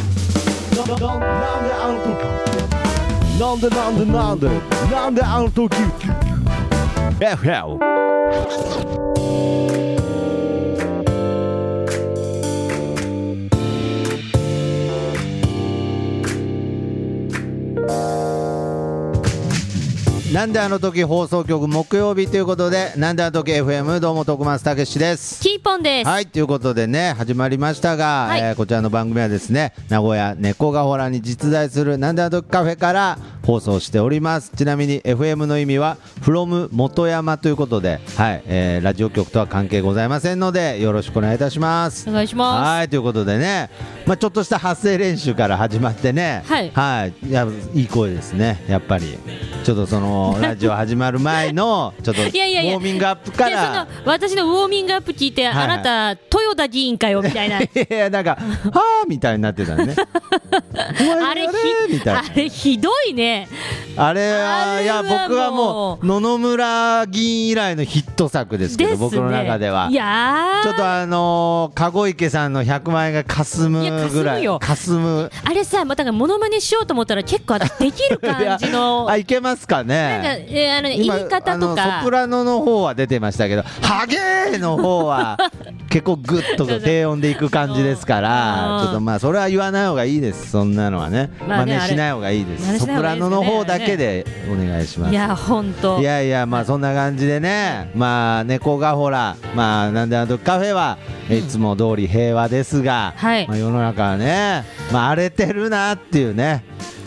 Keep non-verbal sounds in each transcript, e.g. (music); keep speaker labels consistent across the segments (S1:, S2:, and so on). S1: なんであの時なんでなんでなんでなんであの時 FM
S2: なんであの時放送局木曜日ということで、なんであの時 FM どうも徳松たけしです。
S3: キーポンです。
S2: はい、ということでね、始まりましたが、
S3: はい
S2: えーこちらの番組はですね、名古屋猫がほらに実在するなんであの時カフェから放送しております。ちなみに FM の意味は、from 元山ということで、はい、えーラジオ局とは関係ございませんので、よろしくお願いいたします。
S3: お願いしま
S2: はいということでね、まあ、ちょっとした発声練習から始まってね、
S3: はい
S2: い、いやいい声ですね、やっぱり、ちょっとそのラジオ始まる前の、ちょっと
S3: (laughs) す。いやいやいや。
S2: ウォーミングアップか
S3: いや
S2: ら
S3: そ、の私のウォーミングアップ聞いて、
S2: いはい
S3: あなた豊田議員かよみ
S2: (laughs)
S3: たいな。
S2: いやいや、
S3: (laughs)
S2: なんか、はぁみたいになってたね、
S3: あ
S2: あ
S3: れ
S2: れみ
S3: ひ
S2: たい
S3: あれひどいね。
S2: な、あれは、い
S3: あれ
S2: や、
S3: は
S2: 僕はもう、野々村議員以来のヒット作ですけ
S3: で
S2: ど、
S3: すね。。
S2: 僕の中ではい
S3: やー
S2: ちょっとあのー、籠池さんの100万円がかすむ
S3: いや
S2: ぐら
S3: 霞むよ
S2: い、かすむ。
S3: あれさまたモノマネしようと思ったら結構私できる感
S2: (laughs)
S3: じの
S2: いやあ
S3: なんか
S2: いけますかね
S3: えーあのね言い
S2: 今
S3: 方と
S2: あの
S3: か
S2: ソプ。ラノの方は出てましたけどハゲーの方
S3: (laughs)
S2: は結構グッと低音でいく感じですか
S3: う
S2: ら
S3: ん
S2: ちょっとまあそれは言わない方がいいですそんなのはね
S3: まあ
S2: 真
S3: ね
S2: 似しない方がいいで
S3: あれ
S2: すソプラノの方だけでお願いします
S3: いや本当。
S2: いやいやまあそんな感じでねまあ猫がほらまあなんであの時カフェはえいつも通り平和ですが、
S3: はい
S2: まあ、世の中はねまあ荒れてるなっていうね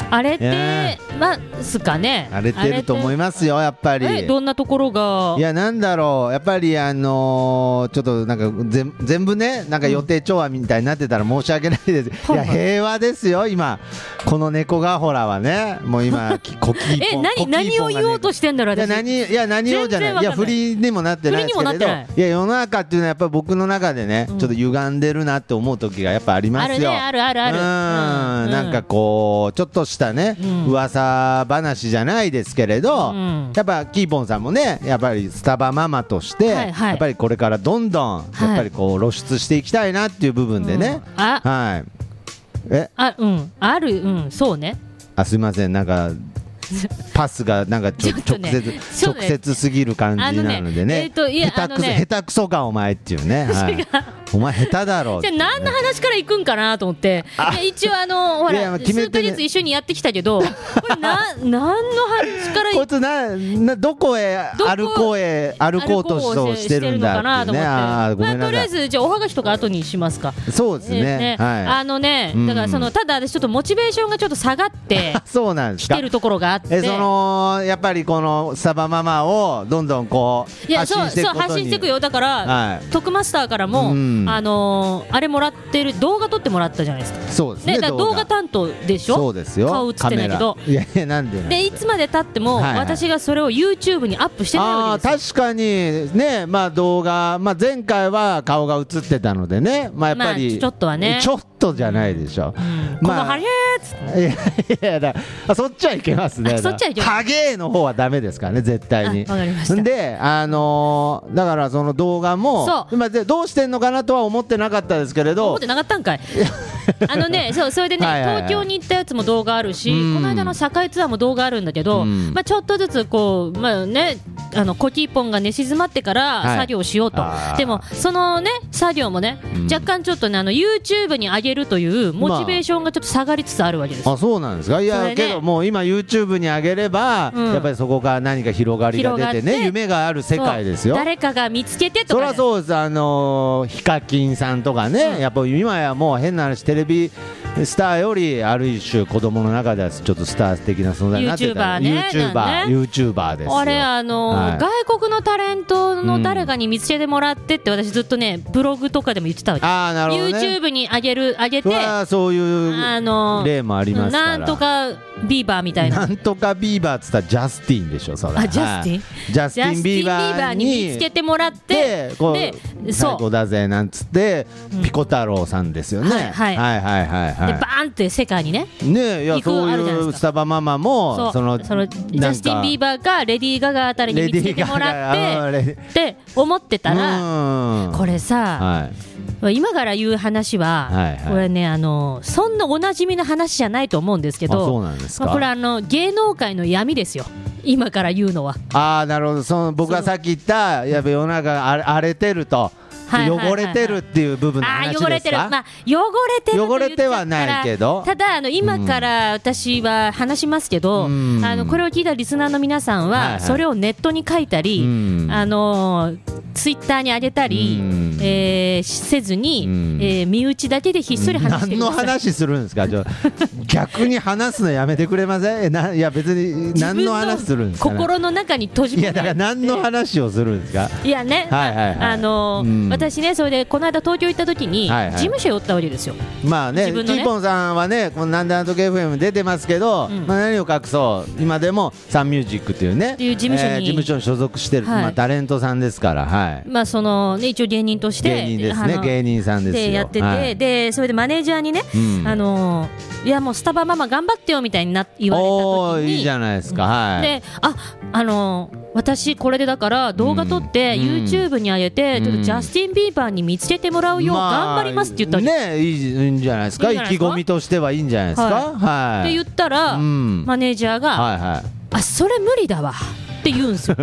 S3: あれっ
S2: いや
S3: てますかね。
S2: 荒れてると思い
S3: ま
S2: ますよやっぱり
S3: えどんなところが
S2: い。やなんだろうやっぱりあのーちょっとなんか全全部ねなんか予定調和みたいになってたら申し訳ないです、
S3: (laughs) はいいは
S2: や
S3: い
S2: 平和ですよ今この猫がほらはねもう今きコキーポン
S3: え
S2: コキーポ
S3: 何
S2: ンがね
S3: 何を言おうとしてんだろう
S2: いや
S3: 私。
S2: 何いや何をじゃない
S3: 全然わ
S2: い
S3: かん
S2: や
S3: ない
S2: 不利にもなってないですけ
S3: 不
S2: れ
S3: 利
S2: どい
S3: にもなって
S2: や世の中っていうのはやっぱり僕の中でね、
S3: うん
S2: ちょっと歪んでるなって思う時がやっぱありますよ
S3: あるねあるあるある
S2: うん
S3: うん
S2: なんかこうちょっとしたね、
S3: うん
S2: 噂話じゃないですけれど、
S3: うん
S2: やっぱキーポンさんもねやっぱりスタバママとして、
S3: はいはい
S2: やっぱりこれからどんどん
S3: はい
S2: やっぱりこう露出していきたいなっていう部分でね、
S3: うんあ
S2: はいえ
S3: あうんあるうんそうね。
S2: あすいませんなんかパスがなんかちょ
S3: (laughs) ちょっとね
S2: 直接
S3: ちょっと
S2: 直
S3: ね
S2: 接すぎる感じな
S3: あ
S2: の
S3: の
S2: で
S3: ね
S2: ね
S3: えーといや
S2: 下手くそ
S3: あのね
S2: 下手くそかお前っていうね、はいお前下手だろうっ
S3: じ
S2: て
S3: ゃ
S2: い
S3: あ
S2: うね
S3: 何の話から行くんかなと思って、いや一応あ
S2: (laughs)
S3: のほ
S2: いや
S3: ら、
S2: 決め
S3: 数
S2: て
S3: ヶ
S2: ね
S3: 月一緒にやってきたけど、これ
S2: (laughs)
S3: な何の話か
S2: こ
S3: ら
S2: い
S3: 行く
S2: つななどこへ
S3: どこ
S2: 歩こうへ歩こうとしそうしてるんだっていうねあーごめ
S3: まあ
S2: ん
S3: と
S2: な
S3: りあ
S2: さ
S3: え
S2: い
S3: ずじゃあおはがきとか後にしますか。
S2: そうです
S3: えー
S2: ねは
S3: あのね
S2: うん、
S3: だからそのただ私ちょっとモチベーションがちょっと下がって
S2: (laughs) いそうなんです
S3: 来
S2: か
S3: てるところがあって。
S2: えそのやっぱりこのサバママをどんどんこ
S3: いうや
S2: 発信
S3: そう
S2: してい
S3: そ
S2: く
S3: う
S2: ことに
S3: 発信していくよだから、
S2: はい
S3: トクマスターからも、
S2: うん
S3: あのーあれもらってる動画撮ってもらったじゃないですか、
S2: そうですね
S3: ね、だから動画担当でしょ
S2: そうですよ
S3: 顔映ってないけど
S2: カメラいやいやなんでなん
S3: でいつまでたっても、
S2: はいはい
S3: 私がそれを YouTube にアップしてないわけです
S2: あー
S3: よ
S2: 確かにね、まあ、動画、まあ、前回は顔が映ってたのでね、まあ、やっぱり、
S3: まあちょっとはね
S2: ちょっとじゃないでしょ、
S3: うんこの
S2: まあ
S3: ハゲーっつ
S2: い
S3: って
S2: やいやだあそっちはいけますね
S3: あそっちはいけます
S2: ハゲーの方はダメですからね絶対に
S3: あわかりました
S2: であのーだからその動画も
S3: そう
S2: まあでどうしてんのかなとは思ってなかったですけれ
S3: 思
S2: ど
S3: ってなかった
S2: (laughs)
S3: んかいあのねそうそれでね
S2: はいはいはい
S3: 東京に行ったやつも動画あるし、
S2: うん
S3: この間の堺ツアーも動画あるんだけど、
S2: うん
S3: まあ、ちょっとずつこう、まあね、あのコキーポンが寝静まってか
S2: は
S3: ら
S2: い
S3: 作業しようと、
S2: あー
S3: でもそのね作業もね、
S2: うん
S3: 若干ちょっとねあの YouTube に上げるというモチベーションがちょっと下がりつつあるわけです、
S2: あそうなんですかいや、
S3: それね
S2: けどもう今 YouTube に上げれば、
S3: うん
S2: やっぱりそこから何か広がりが出て
S3: 広がっ
S2: ね
S3: て
S2: 夢がある世界ですよ
S3: そう誰かが見つけてと
S2: そ
S3: か
S2: りゃ
S3: じゃない
S2: そうです、あのーヒカキンさんとかね、やっぱ今やもう変な話、テレビスターより、ある一種、子供の中ではちょっとスター的な存在になってた
S3: YouTuber ね
S2: ユーチューバ
S3: な
S2: ー、
S3: んね
S2: ユーチューバーですよ。
S3: あれあの、
S2: はい
S3: 外国のタレントの誰かに見つけてもらってって私ずっとねブログとかでも言ってたわけ、
S2: あーなるほど、ね、
S3: YouTube に上げる上げ
S2: そ
S3: て
S2: りゃそう
S3: あ
S2: いう
S3: の
S2: 例もありますから、
S3: なんとかビーバーみたいな
S2: なんとかビーバーっつったらジャスティンでしょ、それ
S3: あジャスティン
S2: はいジャス
S3: ジ
S2: テ
S3: ャ
S2: ィン
S3: スティ
S2: ビ
S3: ン・ビ
S2: ー
S3: ー
S2: バ
S3: バ
S2: ー
S3: ー
S2: に
S3: に見つけてもらって
S2: でこう
S3: で
S2: 最
S3: そう
S2: 高だぜなんつって、ピコ太郎さんですよね、
S3: はいはい
S2: はいはいはいはい
S3: でバーンって世界にね
S2: ねえいや
S3: 行く
S2: そう
S3: あるじゃない
S2: い
S3: で
S2: う
S3: すか
S2: スタバママも
S3: そう
S2: その
S3: そのジャスティン・ビーバーがレディー・ガガあたりに見つけてもら
S2: レディーガガあの
S3: っ
S2: レ
S3: てって思ってたら
S2: ら
S3: これさ
S2: は
S3: 今から言う話は、
S2: はいはい
S3: これねあのそんなおなじみの話じゃないと思うんですけ
S2: あ
S3: ど
S2: そうなんですか
S3: まあこれあの芸能界の闇ですよ今から言うのは
S2: ああなるほどその僕がさっき言ったやっぱ世の中荒れ荒れてると、
S3: はいはいはいはい
S2: 汚れてるっていう部分の
S3: あ
S2: 話です
S3: ー
S2: か
S3: 汚れてる、まあ、汚れてると言っちゃったら
S2: 汚れてはないけど
S3: ただあの今から私は話しますけど、
S2: うん
S3: あのこれを聞いたリスナーの皆さん
S2: はいは
S3: はいそれをネットに書いたり、
S2: うん
S3: あのツイッターに上げたり、
S2: うん
S3: えーしせずに、
S2: うん
S3: えー身内だけでひっそり話して
S2: 何
S3: く
S2: の
S3: ださい
S2: 話するんですかちょ逆に話すのやめてくれませんえないや別に何の話するんですか、ね、
S3: 心の中に閉じ込
S2: い
S3: め
S2: やだから何の話をするんですか
S3: いやね、
S2: はいはいはい
S3: あのー
S2: うん
S3: 私ね、それでこの間東京行った時に、
S2: はいはい
S3: 事務所寄ったわけですよ。
S2: まあね、
S3: 自分の
S2: キ
S3: ね
S2: ーポンさんはね、このなんであの時 FM 出てますけど、
S3: うん
S2: まあ何を隠そう、今でもサンミュージックっていうね、
S3: っていう事務所に
S2: 事務所に所属してる、
S3: はい
S2: まあタレントさんですから、はい。
S3: まあそのね一応芸人として
S2: 芸人です
S3: あ
S2: ね、
S3: の
S2: 芸人さんですよ。
S3: でやってて、
S2: はい
S3: でそれでマネージャーにね、
S2: うん
S3: あのーいやもうスタバママ頑張ってよみたいにな言われた
S2: お
S3: 時
S2: ー
S3: に
S2: いいじゃないですか、はい。
S3: でああのー私これでだから動画撮って
S2: うん
S3: YouTube に上げて、
S2: うん
S3: ちょっとジャスティン・ビーバーに見つけてもらうよう頑張りますって言ったわけ、
S2: ねいいじいいんじゃないですか
S3: いいんじゃない
S2: 意気
S3: ですか
S2: 込みとしてはいいんじゃないですかはい、
S3: って言ったら、
S2: うん
S3: マネージャーが、
S2: はいはい
S3: あそれ無理だわって言うんですよ。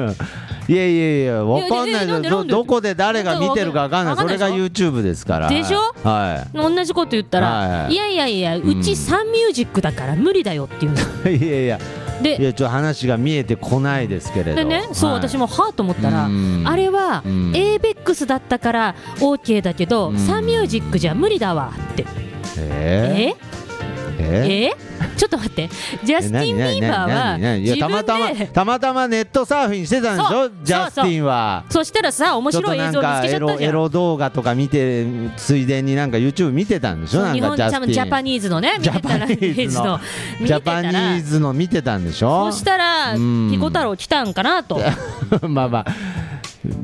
S2: いやいやいや、わかんない
S3: いやいやいやな
S2: よ
S3: んで
S2: ど
S3: なんで
S2: どこで誰が見てるかわかんない、
S3: わか
S2: そ
S3: んな
S2: れ
S3: いでしょ
S2: が YouTube ですから。
S3: でしょ
S2: は
S3: 同じこと言ったら、
S2: はい
S3: い
S2: はい
S3: やいやいや、
S2: ん
S3: うちサンミュージックだから無理だよって言うんですよ。
S2: い。い (laughs) やいや、い
S3: で
S2: や、ちょっと話が見えてこないですけれど。
S3: でね、そう、
S2: はい
S3: 私もはあと思ったら、
S2: うん
S3: あれは
S2: うん
S3: ABEX だったから OK だけど、
S2: うん
S3: サンミュージックじゃ無理だわって、
S2: え
S3: え
S2: ー、
S3: え
S2: えー
S3: ちょっと待って、ジャスティン・ビーバー
S2: 何
S3: は
S2: 何何いや
S3: 自
S2: たまたま
S3: 分で、
S2: たまたまネットサーフィンしてたんでし
S3: そ
S2: ょ
S3: う
S2: ジャスティンは
S3: そしたらさ、面
S2: ちょっ
S3: 白
S2: と
S3: い映
S2: なん
S3: 像見つ
S2: か
S3: けちゃ
S2: エ
S3: った
S2: ロ
S3: じ
S2: エ
S3: ゃん。
S2: ロ動画とか見てついでになんか YouTube 見てたんでしょ
S3: そう
S2: なん
S3: 日
S2: か
S3: 本
S2: ジャス
S3: 多
S2: ティン
S3: 分ジャパニーズのね、見てた
S2: ジャパ
S3: ら、
S2: ニーズの
S3: 見
S2: ジャ
S3: て
S2: パ
S3: た
S2: ニ
S3: ら、
S2: ーズの見てたんでしょ
S3: そしたら、
S2: うん
S3: ピコ太郎来たんかなと、
S2: (laughs) まあまあ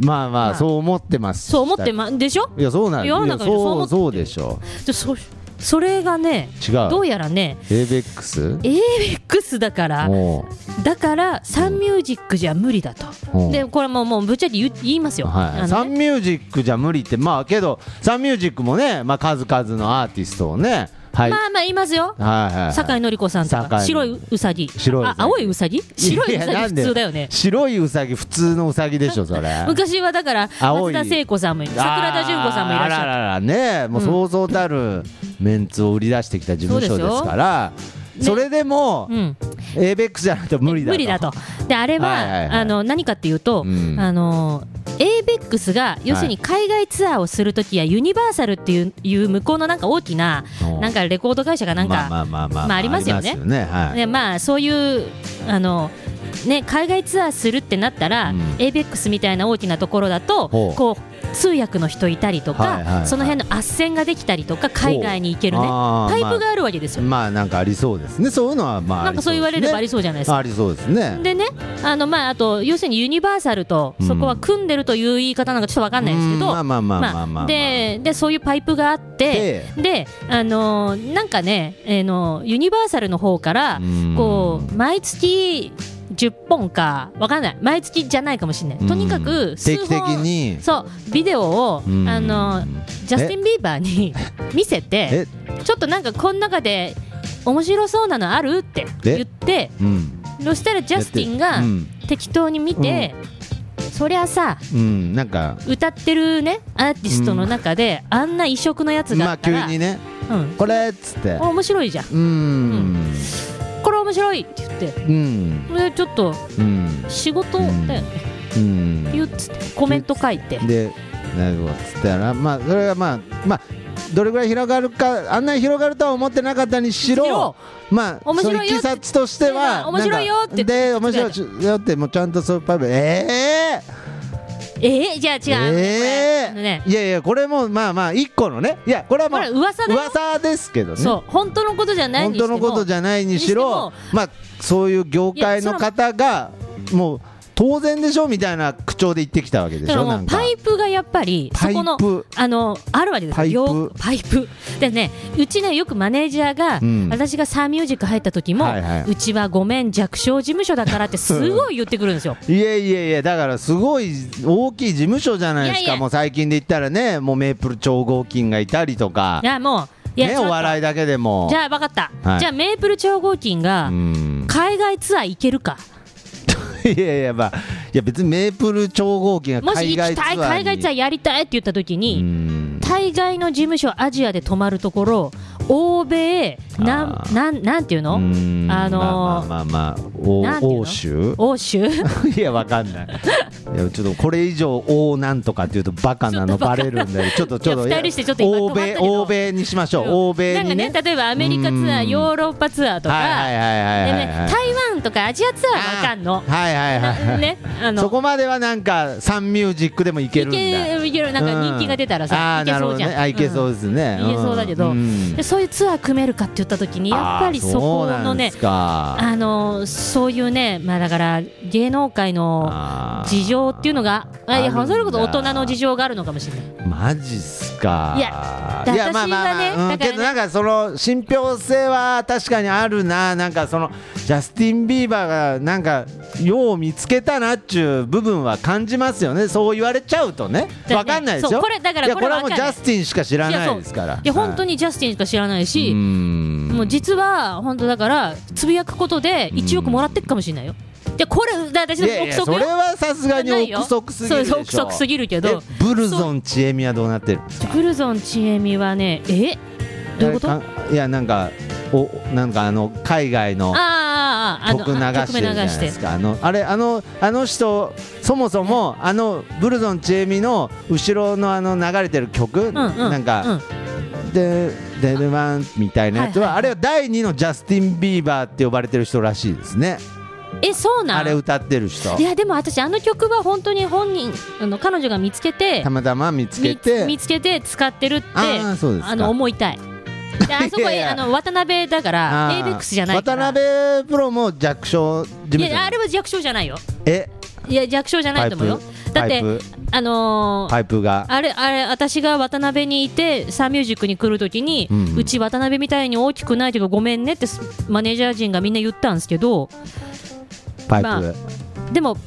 S2: まあまあ
S3: あ
S2: そう思ってます
S3: そう
S2: (laughs)
S3: 思ってま、でしょ
S2: いやそうなんです
S3: 世
S2: よ
S3: の中の人そう
S2: そ
S3: 思
S2: うそ
S3: って
S2: うでしょ
S3: でそそれがね
S2: 違う
S3: どうやらね
S2: ABEX?
S3: ABEX だから
S2: おう
S3: だからサンミュージックじゃ無理だと
S2: うん
S3: でこれもうもうぶっちゃけ言う言いますよ、
S2: はい
S3: あ
S2: サ
S3: の
S2: ン
S3: ね
S2: ミュージックじゃ無理ってまあけどサンミュージックもね、まあ、数々のアーティストをねはい、
S3: まあまあ言いますよ
S2: はいはいはい
S3: 酒井紀子さんと
S2: 酒井
S3: か白いうさぎ
S2: 白いウサ
S3: あ
S2: ギ
S3: 青いうさぎ白いう
S2: やな
S3: さ
S2: ん
S3: ぎ
S2: で
S3: 普通だよね
S2: 白いウサギ普通のウサギでしょそれ
S3: 昔はだから
S2: 青
S3: 松
S2: い
S3: 田聖子さんもいる桜田純子さんもいらっし
S2: あーあ
S3: ゃ
S2: ら
S3: る
S2: ららねもうそうそうたるメンツを売り出してきた事務所ですからそ
S3: すよ
S2: れでも、
S3: うん、
S2: エイベックスじゃないと無理だと
S3: 無理だとであれは,、
S2: はいはいはい
S3: あの何かっていうと、
S2: うん
S3: あの ABEX が要するに海外ツアーをするときや、ユニバーサルっていういう向こうのなんか大きな
S2: おう
S3: なんかレコード会社がなんか、
S2: まあまあまあまあ
S3: まあありますよね
S2: ありはい、
S3: でまあ、そういうあの、ね、海外ツアーするってなったら、
S2: うん
S3: ABEX みたいな大きなところだと
S2: ほう
S3: こう通訳の人いたりとか、
S2: はいはいはい
S3: その辺の斡旋ができたりとか海外に行けるね
S2: ほうあー
S3: パイプがあるわけですよ。
S2: まあなんかありそうですねそういうのはまあ
S3: なんかそう言われればあり
S2: そ
S3: そうじゃないう
S2: です
S3: ですか
S2: ねありそうですね
S3: でね、あのまあ、あと要するにユニバーサルとそこは組んでるという言い方なんかちょっとわかんないですけ
S2: うん
S3: ど、
S2: まあまあまあまあまあまあ
S3: ででそういうパイプがあって、であのーなんかね、えーのユニバーサルの方から
S2: うん
S3: こう毎月10本かわかんない毎月じゃないかもしれない、とにか
S2: う
S3: く
S2: ん
S3: 数
S2: 定期的
S3: 本
S2: に
S3: そうビデオを、
S2: うん
S3: あのージャスティン・ビーバーに見せて
S2: え
S3: ちょっとなんかこの中で面白そうなのあるって言って。
S2: うん
S3: そしたらジャスティンが
S2: うん
S3: 適当に見て、そりゃさ
S2: うんなんか
S3: 歌ってるねアーティストの中で、あんな異色のやつが
S2: ま
S3: あっ
S2: あ
S3: た
S2: 急
S3: ら、
S2: にね
S3: うん、
S2: これっつって
S3: お面白いじゃん
S2: うん
S3: これ面白いって言って
S2: うん
S3: それでちょっと
S2: うん
S3: 仕事だよね、
S2: うん
S3: 言うっつってコメント書いて
S2: でなるほどつったらまあそれがまあまあどれぐらい広がるかあんなに広がるとは思ってなかったにし
S3: し
S2: ろ
S3: ろ
S2: まあ
S3: 面白い
S2: そ
S3: よ
S2: の経察として
S3: なん
S2: は
S3: か面白いよって
S2: なんかで面白いよってもうちゃんとそうパブええ
S3: えー、じゃあ違う、あのね
S2: え
S3: これあの
S2: え
S3: ね
S2: いやいやこれもまあまあ一個のねいやこれはも
S3: これ噂だ
S2: う
S3: よ
S2: 噂ですけどね
S3: そう本当のことじゃない
S2: 本
S3: にして
S2: 当
S3: も
S2: のことじゃないにしろ
S3: に
S2: まあそういう業界の方がもう当然でしょみたいな口調で言ってきたわけで
S3: だ
S2: し
S3: から
S2: ょ
S3: も
S2: な
S3: うん
S2: か
S3: パイプがやっぱりそ
S2: パイ
S3: この
S2: プ
S3: あのあるわけですよ
S2: パイプ
S3: よパイプ (laughs) でねうちねよくマネージャーが、
S2: うん
S3: 私がサーミュージック入った時も、
S2: はいはいう
S3: ちはごめん弱小事務所
S2: (laughs)
S3: だからってすごい言ってくるんですよ
S2: いやいやいやだからすごい大きい事務所じゃないですか
S3: いやいや
S2: もう最近で言ったらねもうメープル超合金がいたりとか
S3: いやもういや
S2: ね
S3: ちょっと
S2: お笑いだけでも
S3: じゃあ分かった、
S2: はい
S3: じゃあメープル超合金が
S2: うん (laughs)
S3: 海外ツアー行けるか、
S2: いやいやまあいや別にメープル超合金が
S3: もし
S2: 海外
S3: 行き
S2: ツア
S3: た
S2: ー
S3: い
S2: に
S3: 海外ツアーやりたいって言った時に、
S2: うん
S3: 大概の事務所アジアで泊まるところ欧米な
S2: あ
S3: んなんなんていうの、
S2: うん
S3: あのー
S2: まあまあまあ、まあ、お
S3: なんていうの
S2: 欧州 (laughs)
S3: 欧州
S2: いやわかんないいやちょっとこれ以上欧なんとかっていうとバカなのバレるんでちょっとちょっと
S3: (laughs) いや二人してちょっと今
S2: 欧
S3: 止まった
S2: 米
S3: けど
S2: 欧米にしましょう
S3: (laughs)
S2: 欧米に
S3: なんかね例えばアメリカツアー
S2: うん
S3: ヨーロッパツアーとか、
S2: はいはいはいはいはい
S3: で
S2: は
S3: ね
S2: い、
S3: 台湾とかアジアツアーわかんの。
S2: はいはいはいはい、
S3: ね、あの
S2: そこまではなんかサンミュージックでもいけるんだ
S3: いけいけるなんか人気が出たら
S2: あ
S3: さ、
S2: ー
S3: いけ
S2: なる
S3: そ
S2: ほど
S3: うじゃん、
S2: ねあいけそうですね、
S3: うんいけそうだけど、
S2: うん
S3: でそういうツアー組めるかって言った時にやっぱりそこ
S2: あーそ
S3: の
S2: うなんで
S3: ね
S2: すか
S3: あのそういうね、まあ、だから芸能界の
S2: あー
S3: 事情っていうのがあい
S2: あ
S3: や
S2: るんだ
S3: それこそ大人の事情があるのかもしれない
S2: マジっすか
S3: いや
S2: い
S3: 私はね
S2: まあまあまあ、うん
S3: だからね
S2: けどなんかその信憑性は確かにあるななんかそのジャスティン・ビーバーがなんかよう見つけたなっちゅう部分は感じますよねそう言われちゃうとね
S3: だね
S2: わかんないです
S3: そ
S2: よ
S3: うこれだから
S2: いや
S3: こ
S2: これ
S3: れは
S2: はもう
S3: わ
S2: ジ
S3: かんない
S2: ャスティンしか知ら
S3: や
S2: な
S3: そ
S2: いうですから
S3: いや本当
S2: に
S3: にジャスティンしか知らないし、
S2: も
S3: もう実は本当だからつぶやくことで1億もらってくかもしれないよ。じゃこれだ私の
S2: いやい
S3: 憶
S2: やそ
S3: 測
S2: れ
S3: よ。
S2: はさすがに
S3: ないよ
S2: 憶測すぎるでしょ
S3: そう憶測すぎるけど
S2: えブルゾンちえみはどうなってる
S3: クルゾンちえみはねえどういうこと？
S2: あ
S3: あ
S2: れかいやなんかおなんかあの海外の
S3: ああああの
S2: 曲流してるじゃないですかあのあれあのあの人そもそもあのブルゾンちえみの後ろのあの流れてる曲、
S3: うんうん
S2: なんか「でデルマン」みたいなやつは、
S3: はいはい
S2: あれは第二のジャスティン・ビーバーって呼ばれてる人らしいですね
S3: うんえそうな
S2: あれ
S3: ん
S2: 歌ってる人
S3: いやでも私あの曲は本当に本人あの彼女が見つけて
S2: たまたま見つけ
S3: み
S2: て
S3: 見つけて使ってるって
S2: あーそうですか
S3: あの思いたい。であそ
S2: (laughs)
S3: こ
S2: いやいや
S3: あの渡辺だから
S2: あー
S3: ABEX じゃないから。
S2: 渡辺プロも弱小事務所
S3: いやあれは弱小じゃないよ。
S2: え
S3: いや弱小じゃないと思うよ。だ
S2: パイ
S3: って
S2: プ
S3: あのー
S2: パイプが
S3: あれあれ私が渡辺にいてサンミュージックに来るときに、う
S2: うんうん
S3: ち渡辺みたいに大きくないけどごめんねってすマネージャー陣がみんな言ったんですけど
S2: パイプ、
S3: まあでも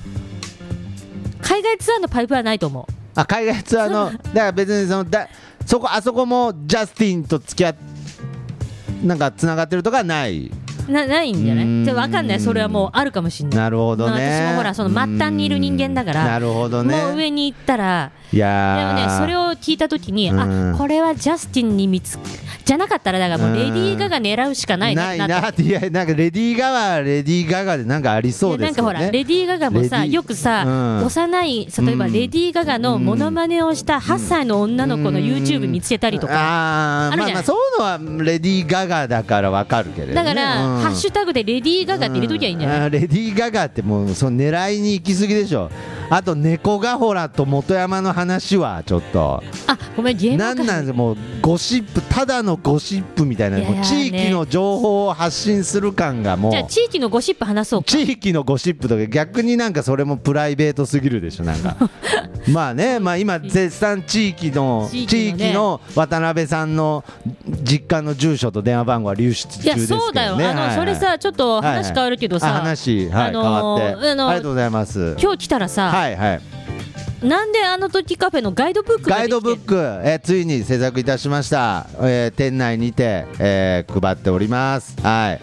S3: 海外ツアーのパイプはないと思う
S2: あ海外ツアーのだから別にそのだそこあそこもジャスティンと付き合っなんかつながってるとかない
S3: なないんじゃな
S2: うー
S3: い
S2: ん
S3: じゃ分かんないそれはもうあるかもしれない
S2: なるほどね
S3: まあ私もほらその末端にいる人間だから
S2: うんなるほどね
S3: もう上に行ったら
S2: い
S3: で
S2: や
S3: もねそれ
S2: を
S3: を聞いたときに、
S2: う
S3: あ
S2: ん
S3: これはジャスティンに見つじゃなかったらだからもうレディー・ガガ狙うしかないね
S2: ない
S3: って
S2: なっていやなんかレディー・ガガはレディー・ガガでなんかありそう
S3: いや
S2: で
S3: なん
S2: す
S3: かほ
S2: よ
S3: らレ
S2: ね
S3: ディー・ガガも
S2: レ
S3: さ
S2: ディー
S3: よくさ、
S2: うん
S3: 幼い例えば
S2: うん
S3: レディー・ガガのモノマネをした8歳の女の子の YouTube 見つけたりとか。
S2: あ
S3: あ
S2: ー
S3: る
S2: まあ
S3: じゃない
S2: まあそういうのはレディー・ガガだからわかるけれどね
S3: だから、
S2: うん
S3: ハッシュタグでレディー・ガガって入れときゃいいんじゃない、
S2: あーレディー・ガガってもうその狙いに行き過ぎでしょあと猫がほらと元山の話はちょっと
S3: あごめん、芸
S2: な
S3: 能
S2: んなん
S3: 界
S2: ですもうゴシップただのゴシップみたいない
S3: やーね
S2: もう地域の情報を発信する感がも
S3: じゃあ、
S2: う
S3: 地域のゴシップ話そうか。
S2: 地域のゴシップとか逆になんかそれもプライベートすぎるでしょなん
S3: (laughs)
S2: かまあねまあ今絶賛地域の
S3: 地
S2: 地
S3: 域のね
S2: 域の渡辺さんの実家の住所と電話番号は流出中
S3: い
S2: です
S3: や、
S2: けどね
S3: そうだよ、あの
S2: はいはい
S3: それさ、ちょっ
S2: は
S3: と
S2: いはい
S3: 話変わるけどさ、
S2: あ話、はい
S3: あのー
S2: 変わって
S3: あのー
S2: ありがとうございます
S3: 今日来たらさ、
S2: はいはい
S3: なんであの時カフェのガイドブックが
S2: ガイ
S3: でき
S2: ド
S3: て
S2: ブック、えーついに制作いたしました、えー店内にて、えー配っておりますは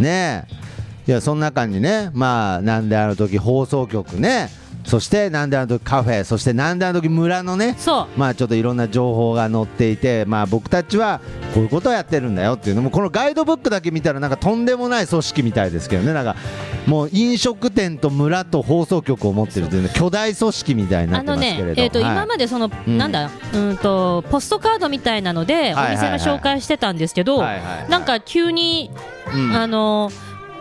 S2: いねえいやその中にねまあなんであの時放送局ねそしてなんであの時カフェそしてなんであの時村のね
S3: そう
S2: まあちょっといろんな情報が載っていてまあ僕たちはこういうことをやってるんだよっていうのもこのガイドブックだけ見たらなんかとんでもない組織みたいですけどねなんかもう飲食店と村と放送局を持ってるというね巨大組織みたいにな
S3: あ
S2: ってま
S3: の
S2: すけれ
S3: ね
S2: ど、
S3: えーと
S2: はい
S3: 今までその、
S2: うん
S3: なんだうんとポストカードみたいなのでお
S2: はいはい
S3: 店の紹介してたんですけど、
S2: はいはいはい
S3: なんか急に、
S2: うん
S3: あの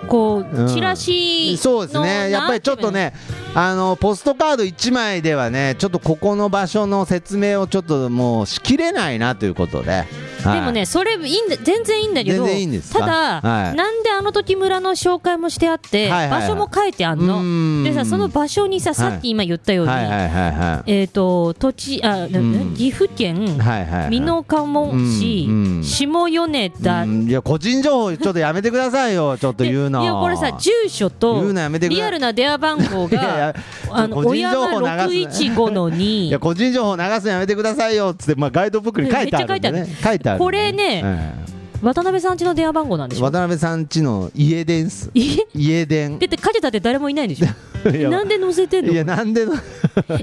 S3: こ
S2: うん
S3: うチラシの、
S2: そうですねやっぱりちょっとねあのポストカード1枚ではねちょっとここの場所の説明をちょっともうしきれないなということではい
S3: でもねそれいいんだ全然いいんだけど
S2: 全然いいんですか
S3: ただ、
S2: はい
S3: なんであの時村の紹介もしてあっ
S2: は
S3: て、
S2: いはいはい
S3: 場所も書いてあん
S2: う
S3: の
S2: ん
S3: でさその場所にささっき今言ったように、
S2: はいはいはいはい
S3: えー、と土地あ、な
S2: うん
S3: 岐阜県
S2: はいはいはい
S3: 美濃加茂市、
S2: うんうん
S3: 下米田、
S2: うんいや個人情報ちょっとやめてください
S3: (laughs)
S2: よちょっと
S3: で
S2: 言うの
S3: いやこれさ住所と
S2: 言うのやめてくだ
S3: リアルな電話番号
S2: (laughs) いやい
S3: が
S2: や
S3: あの
S2: 個
S3: 小
S2: 人情報流す
S3: 山六一五
S2: (laughs)
S3: の
S2: い
S3: に
S2: や個人情報流すのやめてくださいよっつって、まあ、ガイドブックに書いてあるんで
S3: めっ
S2: ね書いてあるんで
S3: これね
S2: え
S3: 渡辺さん家の電話番号なんで
S2: え
S3: しょ。
S2: 渡辺さんちの家電っす
S3: え (laughs)
S2: 家電
S3: だってかけたって誰もいないんでしょ。
S2: いや
S3: なんで載せてん
S2: いや
S3: の？
S2: なんでの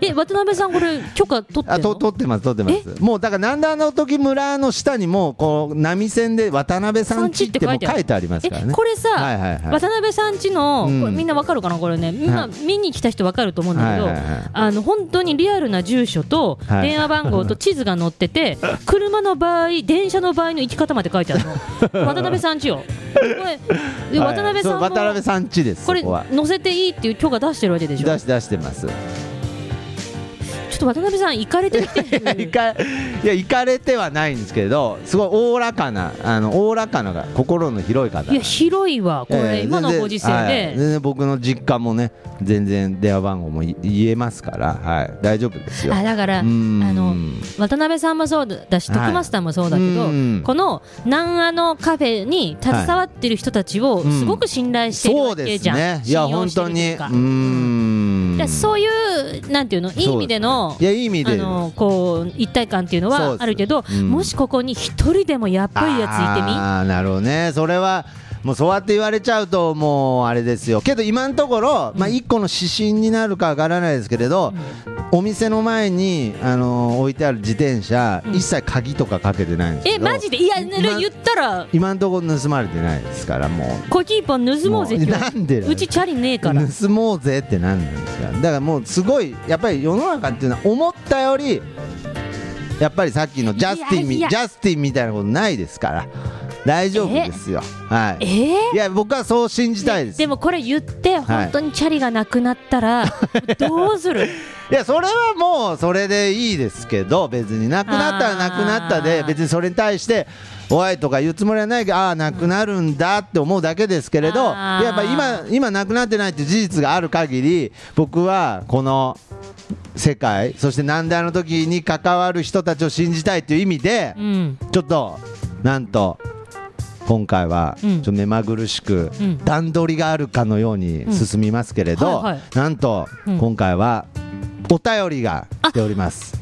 S3: え渡辺さんこれ許可取って
S2: あ
S3: ん
S2: と
S3: の？
S2: 撮ってます撮ってますもうだからなんであの時村の下にもうこう波線で渡辺さんちってもう書いてありますから
S3: え
S2: ね
S3: これさ、
S2: はいはいはい
S3: 渡辺さん家の、
S2: うん
S3: これみんなわかるかなこれね、今
S2: はい
S3: 見に来た人わかると思うんだけど、
S2: はいはいはい
S3: あの本当にリアルな住所と
S2: はい
S3: 電話番
S2: (laughs)
S3: 号と地図が載ってて、車の場合電車の場合の行き方まで書いてある
S2: (laughs)
S3: の渡辺さん家よこれで
S2: はい
S3: 渡辺さんも、
S2: そう渡辺さんちです
S3: これ
S2: こは
S3: 載せていいっていう許可出してるわけでしょちょ
S2: 出し出してます
S3: っと渡辺さん行かれて
S2: (laughs)
S3: きて
S2: いやいかいや行かれてはないんですけどすごいおおらかなあのおおらかなが心の広い方
S3: いや広いわこれ、
S2: ええ
S3: 今の
S2: 全然
S3: ご時世で、
S2: はい全然僕の実家もね全然電話番号もい言えますから、はい、大丈夫ですよ
S3: あだからあ
S2: うん
S3: の渡辺さんもそうだし、
S2: はい
S3: 徳マスターもそうだけど
S2: うん
S3: この南アのカフェに携わってる人たちを
S2: いうん
S3: すごく信頼している
S2: そ
S3: わ
S2: うで
S3: け
S2: す
S3: じゃん、
S2: ねいや
S3: 信用
S2: 本
S3: して
S2: 当
S3: る
S2: にう
S3: というか
S2: ーん
S3: だからそういうなんていうのいい意味での
S2: いやいい意味
S3: あ
S2: で
S3: のこう一体感っていうの
S2: そう
S3: は
S2: です
S3: あるけど、
S2: うん
S3: もしここに一人でもやっぱいやついてみ
S2: ああなるほどねそれはもうそうやって言われちゃうともうあれですよけど今のところ、まあ、一個の指針になるかわからないですけれど、お店の前に、あのー置いてある自転車、
S3: うん
S2: 一切鍵とかかけてないんです
S3: え
S2: けど
S3: マジでいや、
S2: ま
S3: 言ったら
S2: 今のところ盗まれてないですからもう
S3: コーヒー一本盗もうぜ
S2: もう
S3: 今日
S2: なんでだよ
S3: うちチャリねえから
S2: 盗もうぜってなんなんですかだからもうすごいやっぱり世の中っていうのは思ったよりやっぱりさっきのジャスティンみ
S3: いやいや
S2: ジャスティンみたいなことないですから大丈夫ですよは
S3: え
S2: い
S3: ー
S2: いや僕はそう信じたいです、
S3: でもこれ言って
S2: はい
S3: 本当にチャリがなくなったら
S2: (laughs)
S3: どうする
S2: いやそれはもうそれでいいですけど別になくなったらなくなった
S3: あ
S2: で
S3: ー
S2: 別にそれに対しておいとか言うつもりはないけどああなくなるんだって思うだけですけれど
S3: あー
S2: やっぱ今今なくなってないって事実がある限り僕はこの世界そして難題の時に関わる人たちを信じたいという意味で
S3: うん
S2: ちょっとなんと今回はち
S3: うん
S2: ょっと目まぐるしく
S3: うん
S2: 段取りがあるかのように進みますけれ
S3: うん
S2: ど
S3: はいはい
S2: なんと
S3: うん
S2: 今回はお便りが来ております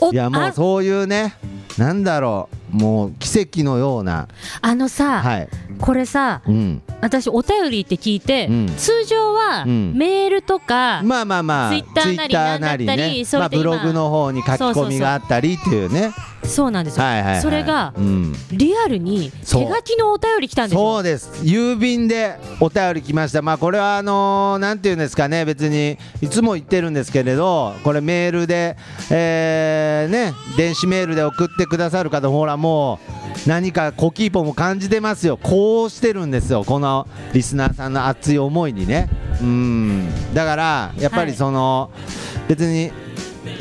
S3: お
S2: いやも
S3: あ
S2: うそういうねなんだろうもう奇跡のような
S3: あのさ、
S2: はい
S3: これさ
S2: うん
S3: 私お便りって聞いて、
S2: うん
S3: 通常は
S2: うん
S3: メールとか、
S2: まあまあまあ
S3: ツイッターなり
S2: ツイッター
S3: なんだったり
S2: ね
S3: そ
S2: ま
S3: れ
S2: あ
S3: で今
S2: ブログの方に書き込みがあったりっていうね
S3: そうなんですよ、
S2: はいはいはい
S3: それが
S2: うん
S3: リアルに手
S2: そう
S3: 書きのお便り来たんです
S2: そ
S3: よ
S2: うです郵便でお便り来ました、まあ、これはあのーなんていうんですかね、別にいつも言ってるんですけれど、これ、メールで、えーね、電子メールで送ってくださる方、ほら、もう何かコキーポも感じてますよ、こうしてるんですよ、このリスナーさんの熱い思いにね。うんだからやっぱりその、別に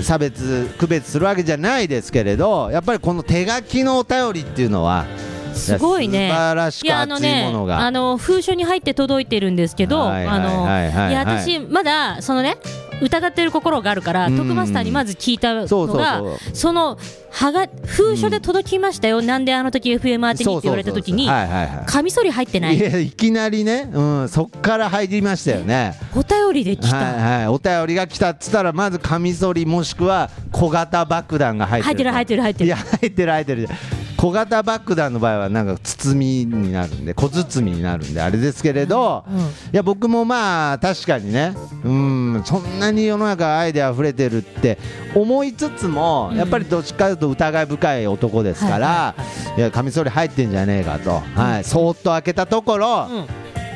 S2: 差別区別するわけじゃないですけれどやっぱりこの手書きのお便りっていうのは
S3: すごいね
S2: や素晴らし
S3: い
S2: く
S3: やあの
S2: 熱い
S3: ね
S2: ものが
S3: あの封書に入って届いてるんですけど
S2: はいはいは
S3: あ
S2: いはい
S3: のいや
S2: はい
S3: 私まだそのね疑ってる心があるから、
S2: うん
S3: 徳マスターにまず聞いたのが
S2: そ
S3: そう
S2: そうそう
S3: のはが封書で届きましたよ、なんであの時 FM 当てにって言われた時に
S2: そうそうそうはいはいはい
S3: カミソリ入ってないい
S2: やいきなりね、うん、そっから入りましたよね。
S3: お便りで来た、
S2: はいはい、お便りが来たっつったらまずカミソリもしくは小型爆弾が入ってる
S3: 入ってる入ってる
S2: いや入ってる入ってる小型爆弾の場合はなんか包みになるんで小包みになるんであれですけれど、
S3: うんうん
S2: いや僕もまあ確かにねうんそんなに世の中アイデア溢れてるって思いつつも、
S3: うん
S2: やっぱりどっちかというと疑い深い男ですから、いやカミソリ入ってんじゃねえかと、はい、そーっと開けたところ、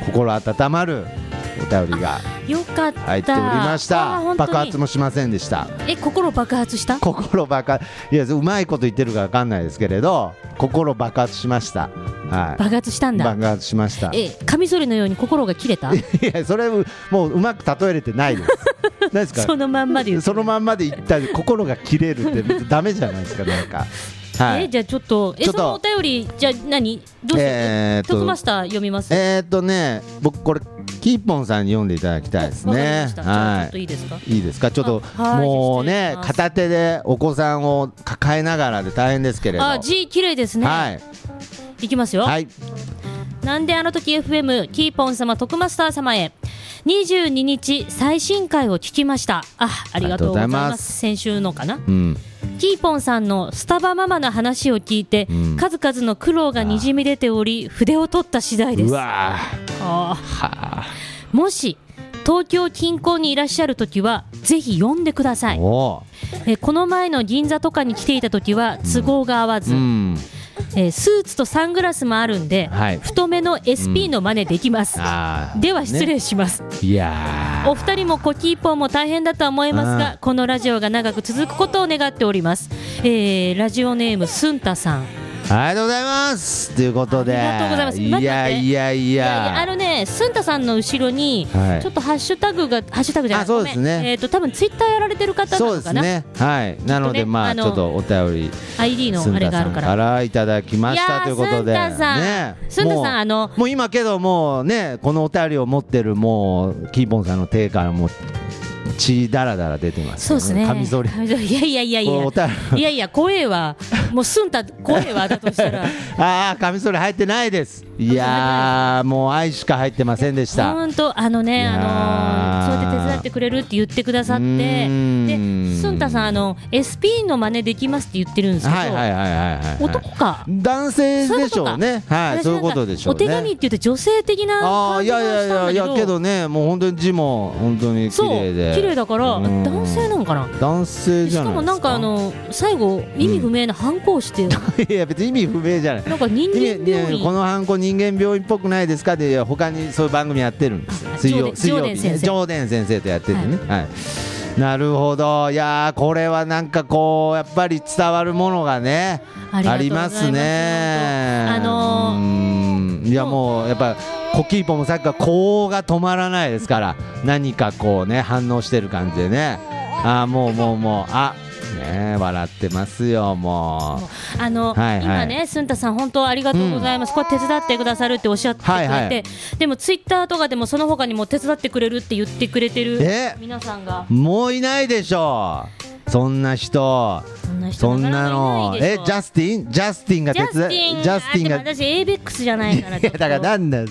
S2: 心温まるお便りが
S3: うん、よかった
S2: 入っておりまし
S3: あー
S2: た
S3: 本当に
S2: 爆発もしませんでした
S3: え心爆発した
S2: 心爆発いやうまいこと言ってるかわかんないですけれど心爆発しましたは
S3: 爆発した
S2: い
S3: んだ
S2: 爆発しましたい
S3: えカミソリのように心が切れた
S2: やそれもううまく例えれてない (laughs) ですないですか
S3: そのまんまで言う
S2: そのまんまで言ったら心が切れるってダメじゃないですかなんかはい
S3: えじゃあちょっとえ
S2: ちょっと
S3: そのお便りじゃあ何どうして、
S2: えーっと
S3: 徳マスター読みます
S2: えーっとね僕これキーポンさんに読んでいただきたいです
S3: わかりま
S2: ね
S3: したじゃあちょ
S2: は
S3: っと
S2: い
S3: いいですか
S2: いいですかちょっと
S3: あはい
S2: もう
S3: 失礼
S2: ね
S3: します
S2: 片手でお子さんを抱えながらで大変ですけれど
S3: あ字綺麗ですね、
S2: はい
S3: い、きますよ、
S2: はい
S3: なんであの時 FM キーポン様徳マスター様へ22日最新回を聞きましたあありがとうござい
S2: ありがとうござい
S3: ま
S2: ます
S3: す先週のかな
S2: うん
S3: キーポンさんのスタバママの話を聞いて、
S2: ん
S3: 数々の苦労がにじみ出ており筆を取った次第で
S2: う
S3: す
S2: わ
S3: あ
S2: ーは
S3: ーもし東京近郊にいらっしゃる時はぜひ呼んでくださ
S2: ー
S3: い
S2: お
S3: えーこの前の銀座とかに来ていた時は都合が合わ
S2: ー
S3: ず、
S2: うん
S3: えースーツとサングラスもあるんで、
S2: はい
S3: 太めの SP の真似できます、
S2: あー
S3: では失
S2: ね
S3: 礼します、
S2: いやー
S3: お二人もコキーポンも大変だとは思います
S2: う
S3: がこのラジオが長く続くことを願っております、えーラジオネームすんたさん
S2: ありがとうございますということで
S3: ありがとうございます待って
S2: やいやい
S3: いやいやあ
S2: や
S3: のねすんたさんの後ろに、
S2: はい
S3: ちょっとハッシュタグがハッシュタグじゃない
S2: あそうですね
S3: ごめんえっ、と多分ツイッターやられてる方な
S2: そう
S3: の
S2: です
S3: かな、
S2: ねはいなので
S3: ちょっとね
S2: まあ
S3: あ
S2: ち
S3: の
S2: ょっとお便り
S3: ID の
S2: すん
S3: あれ
S2: た
S3: があ
S2: さ
S3: る
S2: ん
S3: か
S2: かららいただきました
S3: いやー
S2: ということで
S3: すんたさん
S2: ね
S3: すんたさん
S2: もう
S3: あの
S2: もう今けどもうねこのお便りを持ってるもうキーポンさんの手からもう血だらだら出てます
S3: そう
S2: よ
S3: ですね
S2: カミソリこ
S3: いやいやいやいう
S2: お
S3: や
S2: 便り
S3: いやいや怖えわもうすんた怖えわだとしたら
S2: (laughs) ああカミソリ入ってないですいやーもう愛しか入ってませんでした
S3: 本当あの
S2: い
S3: ね
S2: やー
S3: あのーそうやって手伝ってくれるって言ってくださっ
S2: う
S3: て
S2: ーん
S3: でスンタさんあの SP の真似できますって言ってるんですけど、
S2: はいはいはいはいはいはい
S3: 男か
S2: 男性でしょうねはい
S3: 私
S2: そういう
S3: な
S2: ん
S3: か
S2: ことでしょう
S3: お
S2: ね
S3: 手紙って言って女性的な
S2: ああ
S3: 感
S2: い
S3: じが
S2: やいや
S3: し
S2: い
S3: た
S2: や
S3: ん
S2: いや
S3: だ
S2: け
S3: けど
S2: どねもう本当に字も本当に綺
S3: そう
S2: 麗で
S3: 綺麗だから
S2: うん
S3: 男性なのかな
S2: 男性じ
S3: し
S2: ゃ
S3: か
S2: ないですか
S3: もなんかあの最後意味不明な反抗して、
S2: (laughs) いや別に意味不明じゃない
S3: (laughs) なんか人
S2: いや
S3: 間
S2: いや
S3: 病院
S2: このハンコ人間病院っぽくないですかでいや他にそういう番組やってるんですよ
S3: あ
S2: 水
S3: 上
S2: 曜
S3: 田
S2: 水曜日
S3: 上田先生
S2: 上田先生とやっててねはいなるほどいやーこれはなんかこうやっぱり伝わるものがね
S3: ありが
S2: あ
S3: とう
S2: り
S3: ござい
S2: ま
S3: ます
S2: すね
S3: あのー
S2: うんいやもうやっぱコキーポもさっきから高音が止まらないですから何かこうね反応してる感じでねあーもうもうもうあねえ笑ってますよもう
S3: あの、
S2: はいはい
S3: 今ね、すんたさん、本当ありがとうございます、これ手伝ってくださるっておっしゃってくれて、
S2: はいはい
S3: でもツイッターとかでも、その他にも手伝ってくれるって言ってくれてる
S2: え
S3: 皆さんが、
S2: もういないでしょうそんな人
S3: そんな人
S2: そんなの
S3: かかいない
S2: え
S3: でしょ
S2: ジャスティンジャスティンが
S3: ジ
S2: 手
S3: ャステ
S2: 伝
S3: ィン、
S2: ジャスティンが
S3: あでも私、ABEX じゃないから、
S2: (laughs) いやだからなんだよ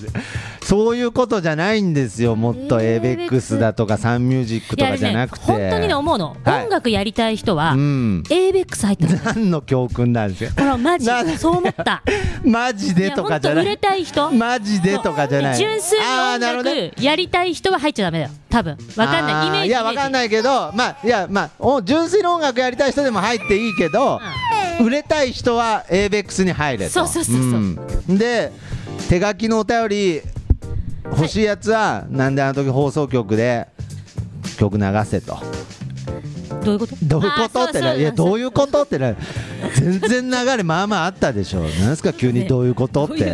S2: そういうことじゃないんですよもっと
S3: えー
S2: ABEX だとかサンミュージックと
S3: や
S2: か
S3: る
S2: じゃ
S3: ね
S2: なく、て
S3: 本当にね、思うの、
S2: はい
S3: 音楽やりたい人は、
S2: うん
S3: ABEX 入ってる。
S2: 何の教訓なんですよ
S3: ほらマジ
S2: なん
S3: そう思った。
S2: マジ
S3: い
S2: で
S3: や
S2: と
S3: 本
S2: かじ
S3: 当
S2: ゃな
S3: 売れ
S2: い
S3: たい人。
S2: マジでとかじゃない
S3: 純粋に
S2: あー
S3: 音
S2: なるほどね
S3: 楽やりたい人は入っちゃダメだよ。多分わかんないイメー
S2: あ
S3: ジ。
S2: いやわかんないけどまあいやまあお純粋な音楽やりたい人でも入っていいけど、売れたい人は ABEX に入れと
S3: そうそうそうそうん
S2: で手書きのお便り欲しいやつは、なんであの時放送局で曲流せと
S3: どういうこと？
S2: どういうこと
S3: あー
S2: って
S3: そう
S2: な
S3: そう
S2: いやどういうことってな全然流れまあまああったでしょなんですか急にどういうことって、
S3: どうい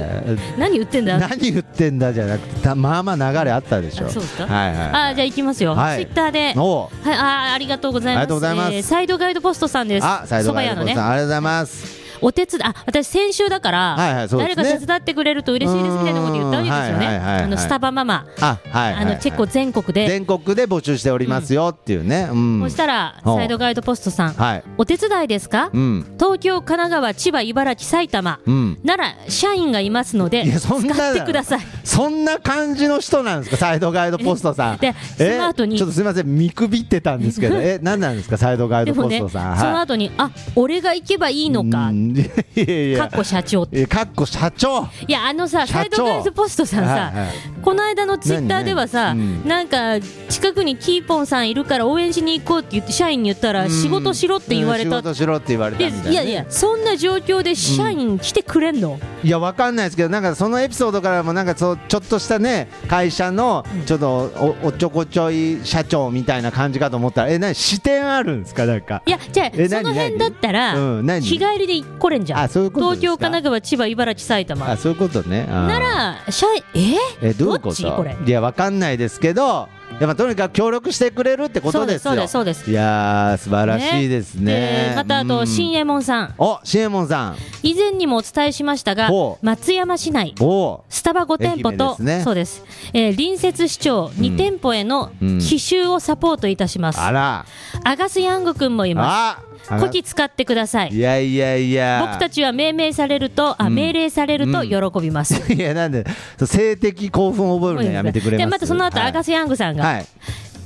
S3: う何言ってんだよ。
S2: 何言ってんだじゃなくてたまあまあ流れあったでしょ
S3: あそうですか
S2: はいはい
S3: あじゃあ行きますよ。ツイ
S2: はい
S3: ッターで。はい、
S2: おう
S3: あーありがとうございます。
S2: ありがとうございます
S3: えーサイドガイドポストさんです。
S2: あ、サイドガイド
S3: 蕎
S2: ポ
S3: 麦
S2: ン
S3: 屋
S2: さ
S3: の
S2: ん、
S3: ね、
S2: ありがとうございます。
S3: お手伝い、あ、私先週だから、
S2: はいはいそうですね
S3: 誰か手伝ってくれると嬉しいですみたいなこと言ったわけですよね。
S2: うーんはいはいはいはい
S3: あのスタバママ、
S2: あ、はい、はい
S3: あのチェコ全国で、
S2: 全国で募集しておりますよっていうね。うん。
S3: そしたら
S2: お
S3: サイドガイドポストさん、
S2: はい。
S3: お手伝いですか？
S2: うん。
S3: 東京、神奈川、千葉、茨城、埼玉。
S2: うん。
S3: なら社員がいますので
S2: いやそんな
S3: 使ってください。
S2: そんな感じの人なんですか、サイドガイドポストさん。
S3: で
S2: え
S3: その後に
S2: ちょっとすみません、見くびってたんですけど、
S3: (laughs)
S2: え、何なんですか、サイドガイ
S3: で
S2: ド
S3: も
S2: ポ
S3: ね、
S2: スト
S3: そ
S2: さん。
S3: の後にあ俺が行けばいいのか
S2: う、ん (laughs) いやいやい
S3: かっ
S2: や。
S3: こ社長って
S2: え、かっこ社長。
S3: いやあのさ
S2: 社
S3: サ
S2: 長
S3: イドガイズポストさんさ、
S2: はいはい
S3: この間のツイッターではさ、
S2: 何何うん
S3: なんか近くにキーポンさんいるから応援しに行こうって言って社員に言ったら仕事しろって言われ
S2: うん
S3: た
S2: 仕事しろって言われた
S3: で
S2: みたいな。
S3: いやいやそんな状況で社員来てくれんの、
S2: いやわかんないですけどなんかそのエピソードからもなんかそうちょっとしたね会社のちょっとおおっちょこちょい社長みたいな感じかと思ったらえ何視点あるんですかなんか
S3: いやじゃあ
S2: え
S3: そ
S2: 何
S3: の辺だったら、
S2: うん何
S3: 日帰りで来れんじゃん
S2: あそういうことです
S3: 東
S2: か
S3: 京神奈川千葉茨城埼
S2: あ
S3: 玉
S2: そういうことねあー
S3: なら社員え
S2: えどういう
S3: ど
S2: こ
S3: っちことれ
S2: いやわかんないですけどやっぱとにかく協力してくれるってことですよ
S3: そうですそうですそうです
S2: いやー素晴らしいですね
S3: でまたあ
S2: う
S3: と
S2: ん
S3: 新右衛門さん
S2: おシエモンさん
S3: 以前にもお伝えしましたが
S2: ほう
S3: 松山市内
S2: おお
S3: スタバ5店舗
S2: 愛媛で
S3: と、
S2: すね
S3: そうです、えー隣接市長2店舗への
S2: うん
S3: 奇襲をサポートいたします、
S2: あら
S3: アガスヤング君もい
S2: あ
S3: ますこき使ってください
S2: いやいやいや
S3: 僕たちは命名されるとあ、命令されると喜び (laughs) ます、
S2: いやなんで性的興奮を覚えるのやめてくれます
S3: でまたその後、
S2: はい
S3: アガス・ヤングさんが、
S2: はい (laughs)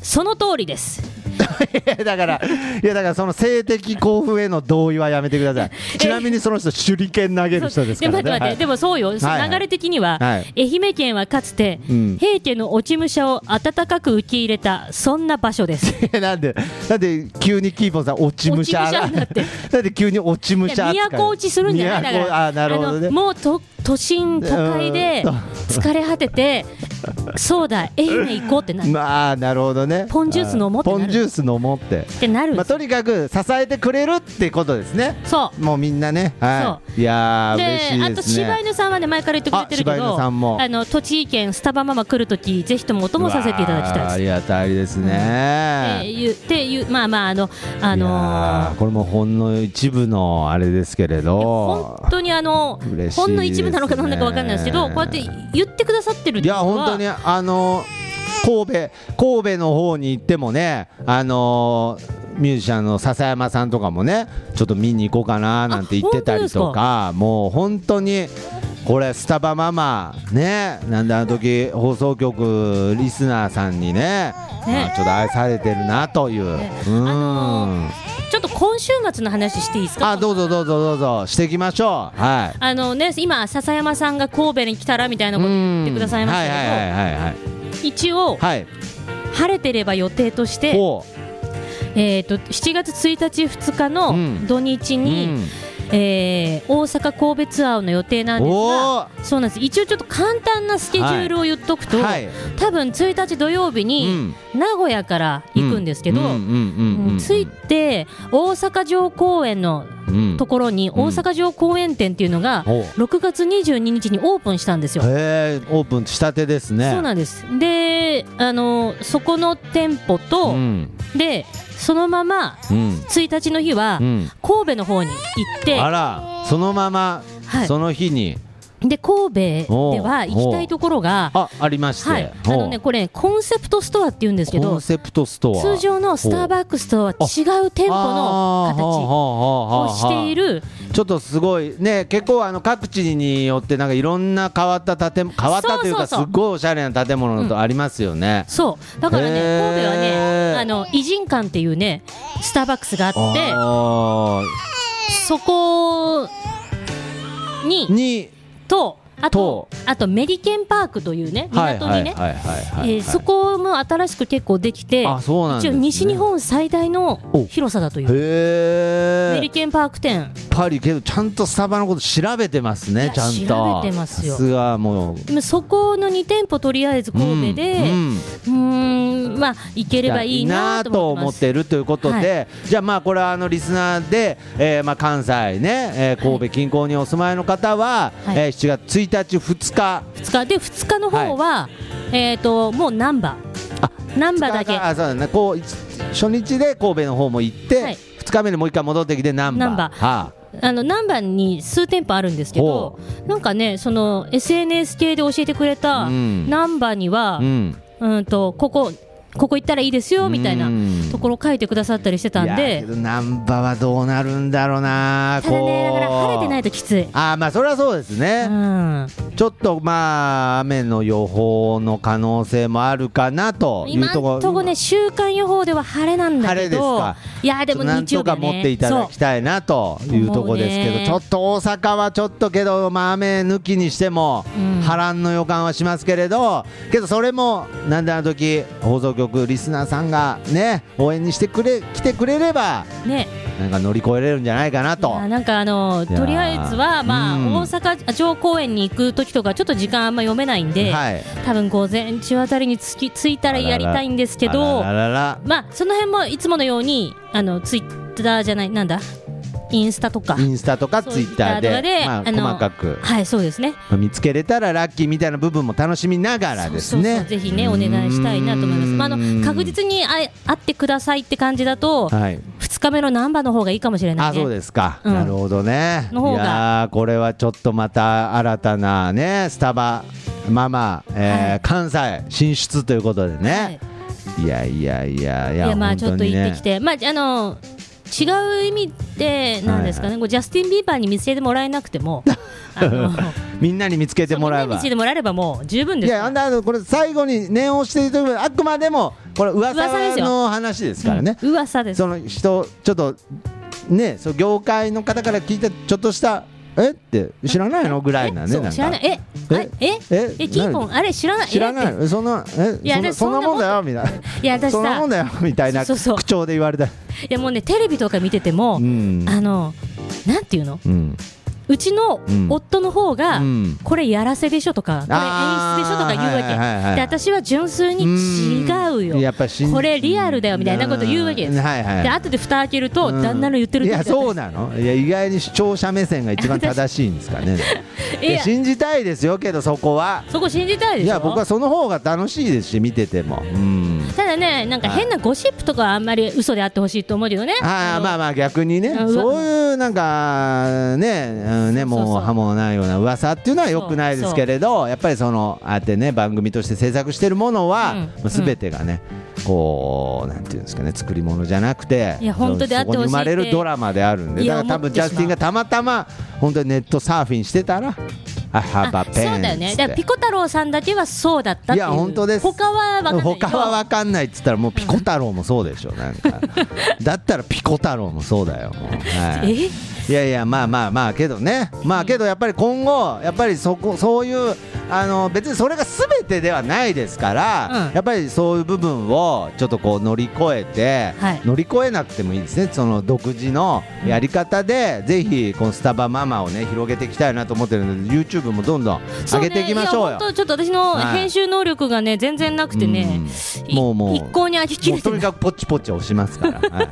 S3: その通りです
S2: いやだから、いやだからその性的興奮への同意はやめてくだ
S3: (laughs)
S2: さい。ちなみにその人、手裏剣投げる人です
S3: で
S2: からね。
S3: 待って待って、
S2: はい
S3: でもそうよ、
S2: はい
S3: 流れ的には、
S2: はい
S3: 愛媛県はかつて、
S2: うん
S3: 平家の落ち武者を温かく受け入れたそんな場所です
S2: いやなんで、なんで急にキーポンさん、落ち武者
S3: 落ち武者になって
S2: なんで急に落 (laughs) ち武者扱い
S3: 都落ちするんじゃないだか
S2: 都
S3: ら
S2: あなるほどね
S3: あの。もうと都心都会で
S2: うん
S3: 疲れ果ててそうだ愛媛行こうってなる
S2: まあ、なるほどね。
S3: ポンジュース飲もうってな
S2: ポ
S3: る
S2: ンジュース飲もうって。
S3: ってなるん
S2: ま
S3: で
S2: あ、
S3: す
S2: とにかく支えてくれるってことですね。
S3: そう
S2: もうみんなね。はい。いやー、
S3: で
S2: 嬉しいですね。
S3: あと柴犬さんはね前から言ってくれてるけ
S2: あ柴犬
S3: ど
S2: さんも
S3: あの栃木県スタバママ来るときぜひともお供させていただ
S2: う
S3: き
S2: わー
S3: た
S2: あ
S3: いで
S2: りがたいですね。
S3: す。いうていうまあまああのあ
S2: い
S3: の
S2: やーこれもほんの一部のあれですけれど
S3: 本当にあの
S2: 嬉しいですね
S3: ほんの一部なのかなんだかわかんないですけどこうやって言ってくださってるっ
S2: い
S3: ていう
S2: や
S3: のは
S2: 本当にあの神戸神戸の方に行ってもねあのミュージシャンの笹山さんとかもねちょっと見に行こうかななんて言ってたりとかもう本当にこれスタバママねなんであの時放送局リスナーさんにね
S3: ね
S2: あちょっと愛されてるなという、
S3: ね
S2: うーん、
S3: あのちょっと今週末の話していいですか
S2: あどうぞどうぞどうぞしていきましょうはい
S3: あのね今笹山さんが神戸に来たらみたいなこと言ってくださいましたけど、
S2: はいはいはいはいはい
S3: 一応
S2: はい
S3: 晴れてれば予定として
S2: ほ
S3: えー、と7月1日、2日
S2: う
S3: の
S2: ん
S3: 土日
S2: う、う
S3: に、
S2: ん、
S3: えー大阪・神戸ツアーの予定なんです
S2: お
S3: が
S2: ー
S3: そうなんです一応、ちょっと簡単なスケジュールを言っとくと、
S2: はい
S3: 多分1日土曜日に名古屋から行くんですけど、
S2: うんうんうんうんうん
S3: うん着いて大阪城公園の
S2: うん
S3: ところに大阪城公園店っていうのが
S2: お
S3: 6月22日にオープンしたんですよ。
S2: へえオープンしたてですね
S3: そうなんですであのそこの店舗と、
S2: うん
S3: でそのまま
S2: うん
S3: 1日の日は、
S2: うん
S3: 神戸の方に行って
S2: あらそのまま、
S3: はい
S2: その日に
S3: で神戸では行きたいところが
S2: あありまして、
S3: はいあのねこれコンセプトストアっていうんですけ
S2: コ
S3: ど
S2: ンセプトストア
S3: 通常のスター
S2: ック
S3: バックスとは違う店舗の形を
S2: を
S3: している
S2: ちょっとすごいね結構あの各地によってなんかいろんな変わった建物変わったというか
S3: そうそうそう
S2: すごいおしゃれな建物
S3: う
S2: とありますよね、
S3: そうだからね
S2: へー
S3: 神戸はねあの偉人館っていうねスターバックスがあって
S2: あ
S3: そこ
S2: ー
S3: に
S2: に
S3: とあ
S2: と
S3: とあとメリケンパークというね港にね
S2: はいはいはいはいはい
S3: えーそこも新しく結構できて、
S2: あそうなんです
S3: 一応
S2: ね
S3: 西日本最大の
S2: お
S3: 広さだという。メ
S2: へ
S3: リ
S2: え
S3: ケンパーク店。
S2: パリけどちゃんとスタバのこと調べてます
S3: い
S2: ね
S3: や
S2: ちゃんと
S3: 調べてますよ
S2: さすがもう
S3: でもそこの2店舗とりあえず神戸で、
S2: う
S3: う、
S2: んん
S3: んまあ行ければいいなと思ってます。
S2: るということで、
S3: は
S2: じゃあまあこれはあのリスナーで、えーまあ関西ね、えー神戸近郊にお住まいの方は、
S3: はい
S2: えー7月1日2日
S3: 2日で2日の方は、えっ、ともう難波、
S2: あ
S3: 難波だ
S2: 二
S3: け
S2: 日があそうだねこう一初日で神戸の方も行って、
S3: はい
S2: 2日目にもう一回戻ってきて難波
S3: 難波
S2: は
S3: あの難波に数店舗あるんですけど
S2: ほ、
S3: なんかねその SNS 系で教えてくれた
S2: うん
S3: 難波には
S2: あ、うん
S3: うんとここここ行ったらいいですよみたいな
S2: うん
S3: ところ書いてくださったりしてたん
S2: いやけ
S3: で
S2: ど難波はどうなるんだろうな
S3: ただねだから晴れてない
S2: と
S3: ときつい、
S2: あーまあそれはそうですね
S3: う、ん、
S2: ちょっとまあ雨の予報の可能性もあるかなという
S3: 今
S2: とこ
S3: ん
S2: ろ
S3: とこね週間予報では晴れなんだ
S2: 晴
S3: け
S2: れです
S3: ど
S2: か
S3: いやでも
S2: なん
S3: 日曜
S2: と
S3: 日
S2: か
S3: はね
S2: 持っていただきたいなというところですけど、
S3: そう
S2: ちょっと大阪はちょっとけど、まあ、雨抜きにしても
S3: うん
S2: 波乱の予感はしますけれど、けどそれもなんであの時放送局リスナーさんがね応援にしてくれ来てくれれば
S3: そうね
S2: なんか乗り越えれるんじゃないかないと
S3: や。なんかあの
S2: いやー
S3: とりあえずはまあ
S2: うん
S3: 大阪城公園に行く時とかちょっと時間あんま読めないんで、
S2: はい
S3: 多分午前中あたりにつき着いたらやりたいんですけど
S2: あらららら
S3: まあその辺もいつものようにあのツイッターじゃないなんだインスタとか
S2: インスタとか
S3: そう
S2: ツイッターで
S3: Twitter とかで
S2: まあ、
S3: あの
S2: 細かく
S3: はいそうですね
S2: 見つけれたらラッキーみたいな部分も楽しみながらですね。
S3: そうそうそうぜひねお願いしたいなと思います、まあ、あの確
S2: に
S3: 実にあい会ってくださいって感じだと、
S2: はい
S3: 2日目の難波の方がいいかもしれない
S2: あ
S3: ね
S2: そうですか、
S3: うん
S2: なるほどね
S3: の方
S2: い
S3: が
S2: やーこれはちょっとまた新たなねスタバママ、えー
S3: はい
S2: 関西進出ということでね、い、やいやいやい
S3: い
S2: や
S3: やまあ
S2: 本
S3: ちょ
S2: 当
S3: っと
S2: に
S3: 行っ
S2: ね
S3: てきて、まああの違う意味でなんですかね、こうジャスティン・ビーバーに見つけてもらえなくて
S2: (laughs)
S3: もあの
S2: みんなに見つけてもらえ
S3: みんなに見
S2: ば
S3: つけてもらえればもう十分
S2: い
S3: ですか
S2: や
S3: ら
S2: あんなあのこれ最後に念を押しているとあくまでもこれ
S3: 噂で
S2: 噂
S3: すよ
S2: の話ですからね、
S3: うん噂です
S2: その人ちょっとねその業界の方から聞いたちょっとしたえって知らないのぐらいな
S3: え
S2: ね
S3: そう
S2: なん
S3: 知ら
S2: か
S3: ないえ
S2: え
S3: あえ
S2: え
S3: えキーポンあれ知らない
S2: 知らな
S3: えっ
S2: いそんなえ
S3: いや
S2: そん
S3: で
S2: なそんなもんだよみたい
S3: ていや
S2: な
S3: 私
S2: そんな
S3: さ
S2: もんだよみたいな
S3: そうそうそう
S2: 口調で言われた
S3: いやもうねテレビとか見てても、
S2: うん
S3: あのなんていうの
S2: うん
S3: うちの
S2: うん
S3: 夫の方が、
S2: うん
S3: これやらせでしょとかこれ
S2: あー
S3: 演出でしょとか言うわけ、
S2: はいはいはい
S3: で私は純粋に違うよ
S2: んやっぱ信じ
S3: これリアルだよみたいなこと言うわけです
S2: んはいはい
S3: で後で蓋開けると、
S2: うん
S3: 旦那の言ってる
S2: い
S3: 通
S2: や
S3: りだった
S2: そうなのいや意外に視聴者目線が一番正しいんですかね
S3: (laughs) いや
S2: いや信じたいですよけどそこは
S3: そこ信じたいでしょ
S2: いや僕はその方が楽しいですし見ててもうん
S3: ただねなんか変なゴシップとかはあんまり嘘であってほしいと思うけどね
S2: ああ
S3: の
S2: まあまあ逆にね
S3: あうわ
S2: そういうなんかね,、うん、ね
S3: そうそうそう
S2: もう歯もないような噂っていうのはよくないですけれどやっぱりそのああやってね番組として制作してるものは、
S3: うん
S2: まあ
S3: うん
S2: 全てがねこうなんていうんですかね作り物じゃなくて
S3: いや本当であってほしい
S2: そ
S3: って
S2: こに生まれるドラマであるんで
S3: いや
S2: だから多
S3: 思っ
S2: 分
S3: て
S2: ジ
S3: しまう
S2: ャスティンがたまたま本当にネットサーフィンしてたら「あはば
S3: あ
S2: ペン」
S3: そうだよねだからピコ太郎さんだけはそうだったっていう
S2: いや本当です
S3: 他は分かんない
S2: 他は分かんないっつったらもうピコ太郎もそうでしょなん
S3: (laughs)
S2: かだったらピコ太郎もそうだよもう、はい、
S3: え
S2: いやいやまあまあまあけどねまあけどやっぱり今後やっぱりそこそういうあの別にそれが全てではないですから、
S3: うん
S2: やっぱりそういう部分をちょっとこう乗り越えて、
S3: はい
S2: 乗り越えなくてもいいですねその独自のやり方で、ぜひこのスタバママをね広げていきたいなと思ってるので YouTube もどんどん上げていきましょうよ。
S3: そねいや本当ちょっと私の
S2: はい
S3: 編集能力がね全然なくてね
S2: うんもうもう
S3: い一向に飽きき
S2: も
S3: れ
S2: う
S3: て
S2: と
S3: ない
S2: にかくポチポチ押します
S3: (laughs)
S2: から、はい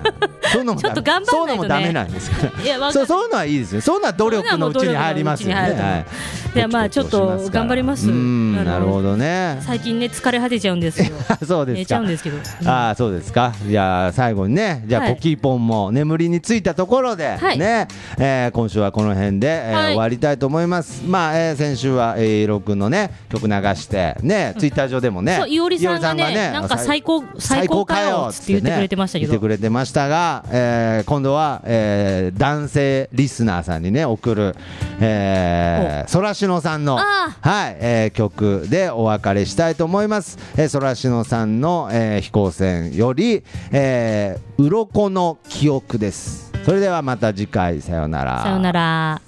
S2: そういうのも
S3: ちょっと頑張んないとね
S2: ダメそういうのもダメなんですから
S3: いや (laughs) わか
S2: そ
S3: る
S2: うそういうのはいいですよそういうのは努力のうちに入りますよね
S3: そういうのはもう努力のうちに入ると思うでまあちょっと頑張りま
S2: う
S3: す
S2: ん
S3: あの
S2: なるほどね
S3: 最近ね疲れ果てちゃうんですよ
S2: (laughs) そうですか
S3: 寝ちゃうんですけど、うん
S2: ああそうですかじゃあ最後にねじゃあ
S3: はい
S2: コキーポンも眠りについたところで、
S3: はい
S2: ね、えー今週はこの辺で、えー
S3: はい
S2: 終わりたいと思いますまあ、えー先週はえーイロ君のね曲流してねツイッター上でもね、
S3: そういおりさんがね
S2: いおり
S3: なんか最高最高かよっつって言ってくれてましたけど
S2: 言ってくれてましたが、えー今度は、えー男性リスナーさんにね送る、えー、そらしのさんの
S3: あ
S2: はい、えー曲でお別れしたいと思います。えー、そらしのさんの、えー飛行船より、えー、鱗の記憶です。それではまた次回さようなら。
S3: さよなら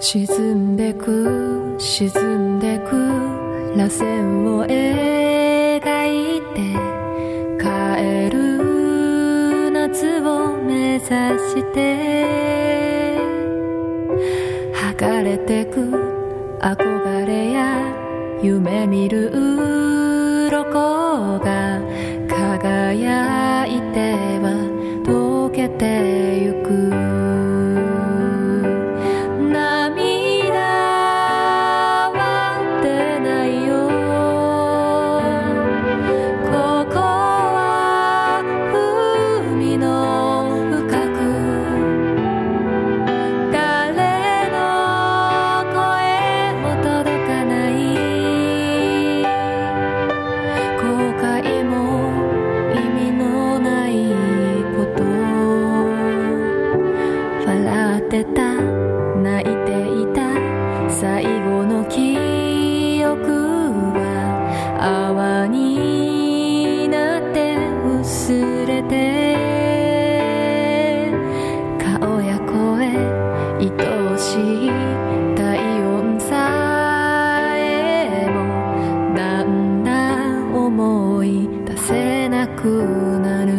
S4: 沈んでく沈んでく螺旋を描いて帰る夏を目指して剥がれてく憧れや夢見る鱗が輝いては溶けてゆく涙は出ないよここは海の深く「誰の声も届かない」「後悔も意味のないこと」「笑ってた泣いていた最後の記憶は泡になって薄れて」顔や声愛しい体温さえもだんだん思い出せなくなる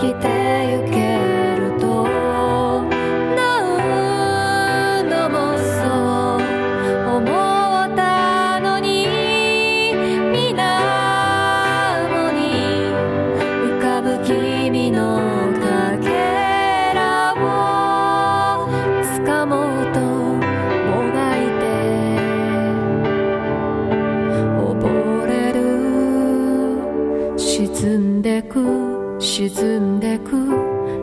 S4: きてゆけると何度もそう思ったのに水面に浮かぶ君のかけらを掴もうともがいて溺れる沈んでく沈んでく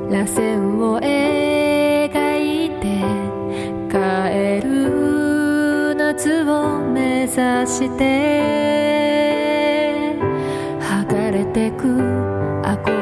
S4: 螺旋を描いて帰る夏を目指して剥がれてく憧